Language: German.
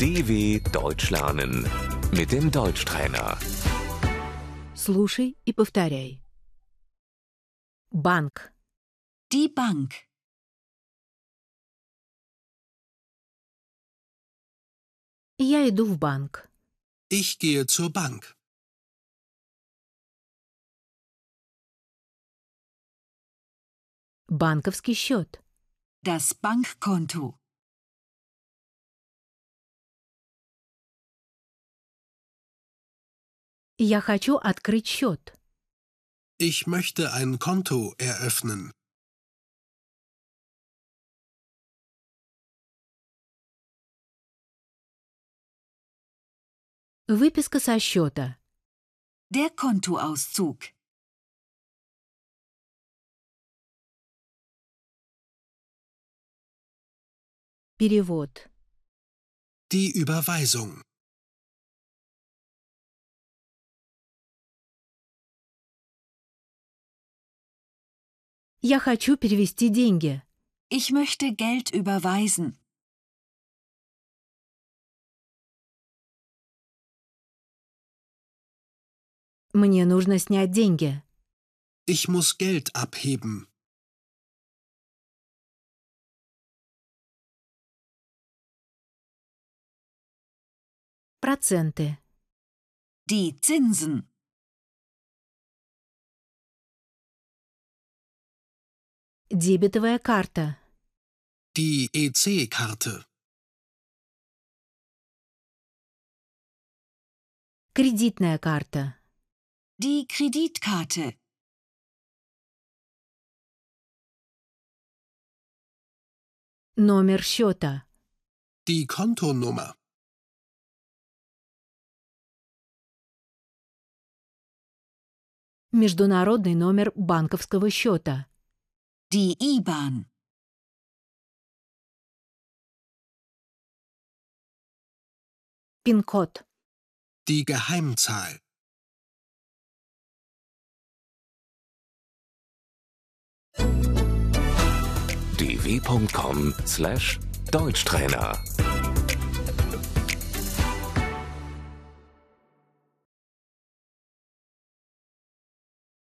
DW Deutsch lernen mit dem Deutschtrainer. Слушай и повторяй. Банк, Die Bank. я иду в банк, Ich gehe zur Bank. банковский счет, Das Bankkonto. я хочу открыть счет, Ich möchte ein Konto eröffnen. выписка со счета, Der Kontoauszug. перевод, Die Überweisung. я хочу перевести деньги, Ich möchte Geld überweisen. мне нужно снять деньги, Ich muss Geld abheben. проценты, Die Zinsen. дебетовая карта, Die E EC-Karte. кредитная карта, Die Kreditkarte. номер счета, Die Kontonummer. международный номер банковского счета, Die IBAN. пин-код, Die Geheimzahl. dw.com/deutschtrainer